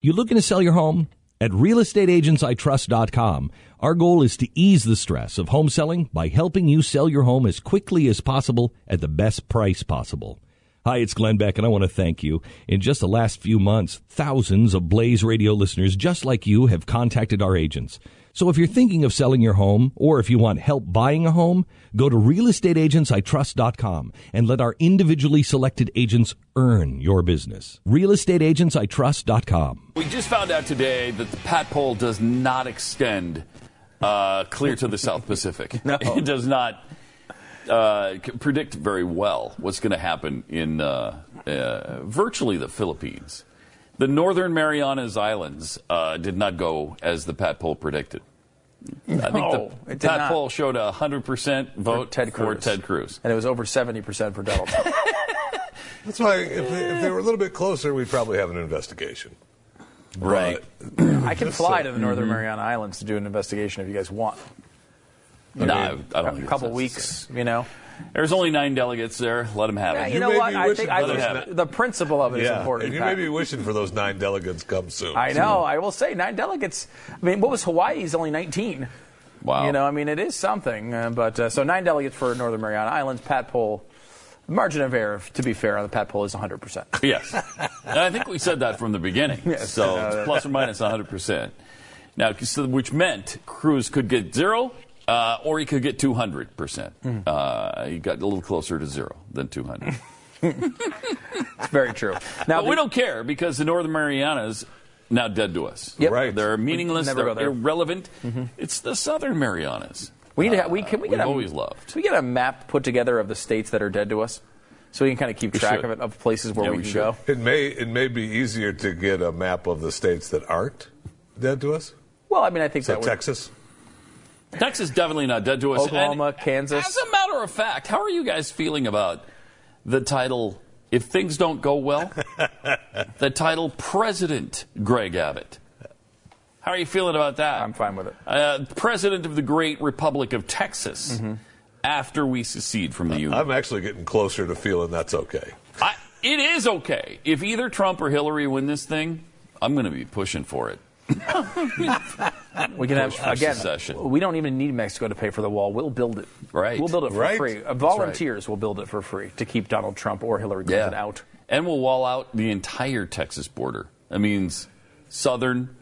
you looking to sell your home? At realestateagentsitrust.com, our goal is to ease the stress of home selling by helping you sell your home as quickly as possible at the best price possible. Hi, it's Glenn Beck, and I want to thank you. In just the last few months, thousands of Blaze Radio listeners just like you have contacted our agents. So if you're thinking of selling your home, or if you want help buying a home, go to realestateagentsitrust.com and let our individually selected agents earn your business. Realestateagentsitrust.com. We just found out today that the Pat poll does not extend uh, clear to the South Pacific. No. It does not uh, c- predict very well what's going to happen in uh, uh, virtually the Philippines. The Northern Marianas Islands uh, did not go as the Pat poll predicted. I think No, the it did Pat not. poll showed a 100% vote Ted Oh, for Cruz. Ted Cruz. And it was over 70% for Donald Trump. That's why if they, if they were a little bit closer, we'd probably have an investigation. Right. I can fly to the Northern Mariana Islands to do an investigation if you guys want. No, I, I don't think A it's couple necessary. weeks, you know. There's only nine delegates there. Let them have it. you know may what? be I wishing think I for those think na- the principle of it is important. and you may Pat. be wishing for those nine delegates come soon. I know. I will say nine delegates. I mean, what was Hawaii's only 19? Wow. You know, I mean, it is something. Uh, but uh, so nine delegates for Northern Mariana Islands. Pat poll margin of error, to be fair, on the Pat poll is 100. percent Yes. And I think we said that from the beginning. so it's plus or minus 100%. Now, so, which meant Cruz could get zero uh, or he could get 200%. Hmm. Uh, he got a little closer to zero than 200. It's very true. Now but we don't care because the Northern Marianas now dead to us. Yep. Right. They're meaningless. We never They're go there. Mm-hmm. irrelevant. It's the Southern Marianas. Uh, We need to have, we can we We've get a, always loved. Can we get a map put together of the states that are dead to us, so we can kind of keep track should. of it of places where Yeah, we, we can should. go. It may it may be easier to get a map of the states that aren't dead to us. Well, I mean, I think So that would, Texas. Texas definitely not dead to us. Oklahoma, And Kansas. As a matter of fact, how are you guys feeling about the title? If things don't go well, the title President Greg Abbott. How are you feeling about that? I'm fine with it. Uh, President of the Great Republic of Texas. Mm-hmm. After we secede from the Union, I'm actually getting closer to feeling that's okay. I, it is okay if either Trump or Hillary win this thing. I'm going to be pushing for it. We can have Push for again. secession. We don't even need Mexico to pay for the wall. We'll build it. Right. We'll build it for Right. free. Uh, volunteers will build it for free to keep Donald Trump or Hillary Clinton out. And we'll wall out the entire Texas border. That means southern,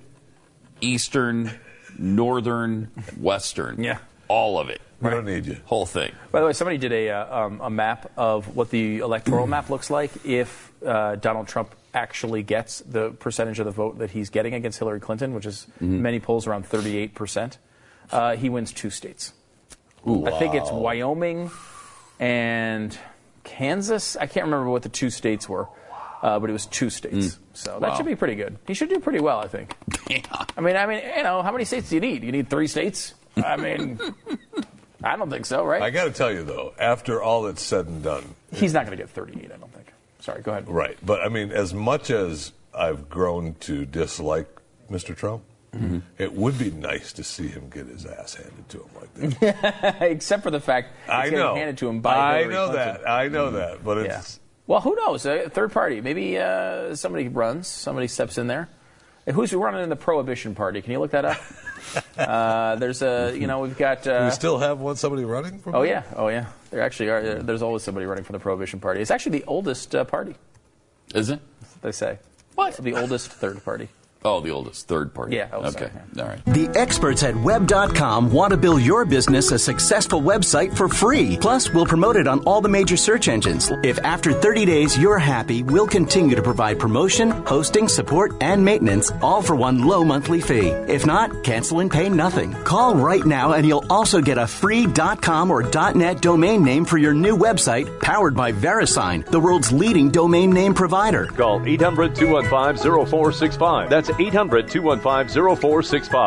eastern, northern, western. Yeah. All of it. We don't need you. Whole thing. By the way, somebody did a, uh, um, a map of what the electoral map looks like if uh, Donald Trump actually gets the percentage of the vote that he's getting against Hillary Clinton, which is many polls around 38 percent. Uh, he wins two states. I think it's Wyoming and Kansas. I can't remember what the two states were, uh, but it was two states. So that Wow. should be pretty good. He should do pretty well, I think. I mean, I mean, you know, how many states do you need? You need three states. I mean, I don't think so, right? I got to tell you though, after all that's said and done, He's not going to get 38, I don't think. Sorry, go ahead. right? But I mean, as much as I've grown to dislike Mr. Trump, Mm-hmm. it would be nice to see him get his ass handed to him like that. Except for the fact it's I getting know. handed to him by I Hillary know Clinton. Mm. that. I know that. But Yeah. it's Well, who knows? A third party. Maybe uh, somebody runs, somebody steps in there. And Who's running in the Prohibition Party? Can you look that up? uh, there's a, you know, we've got. do Uh, we still have one somebody running. From oh, yeah. Oh, yeah. There actually are. There's always somebody running for the Prohibition Party. It's actually the oldest uh, party, Is it? they say. What? The oldest third party. Oh, the oldest. Third party. Yeah, I was Okay. sorry, All right. The experts at web.com want to build your business a successful website for free. Plus, we'll promote it on all the major search engines. If after 30 days you're happy, we'll continue to provide promotion, hosting, support, and maintenance, all for one low monthly fee. If not, cancel and pay nothing. Call right now and you'll also get a free .com or .net domain name for your new website powered by VeriSign, the world's leading domain name provider. Call 800 215 0465. That's 800 215 0465.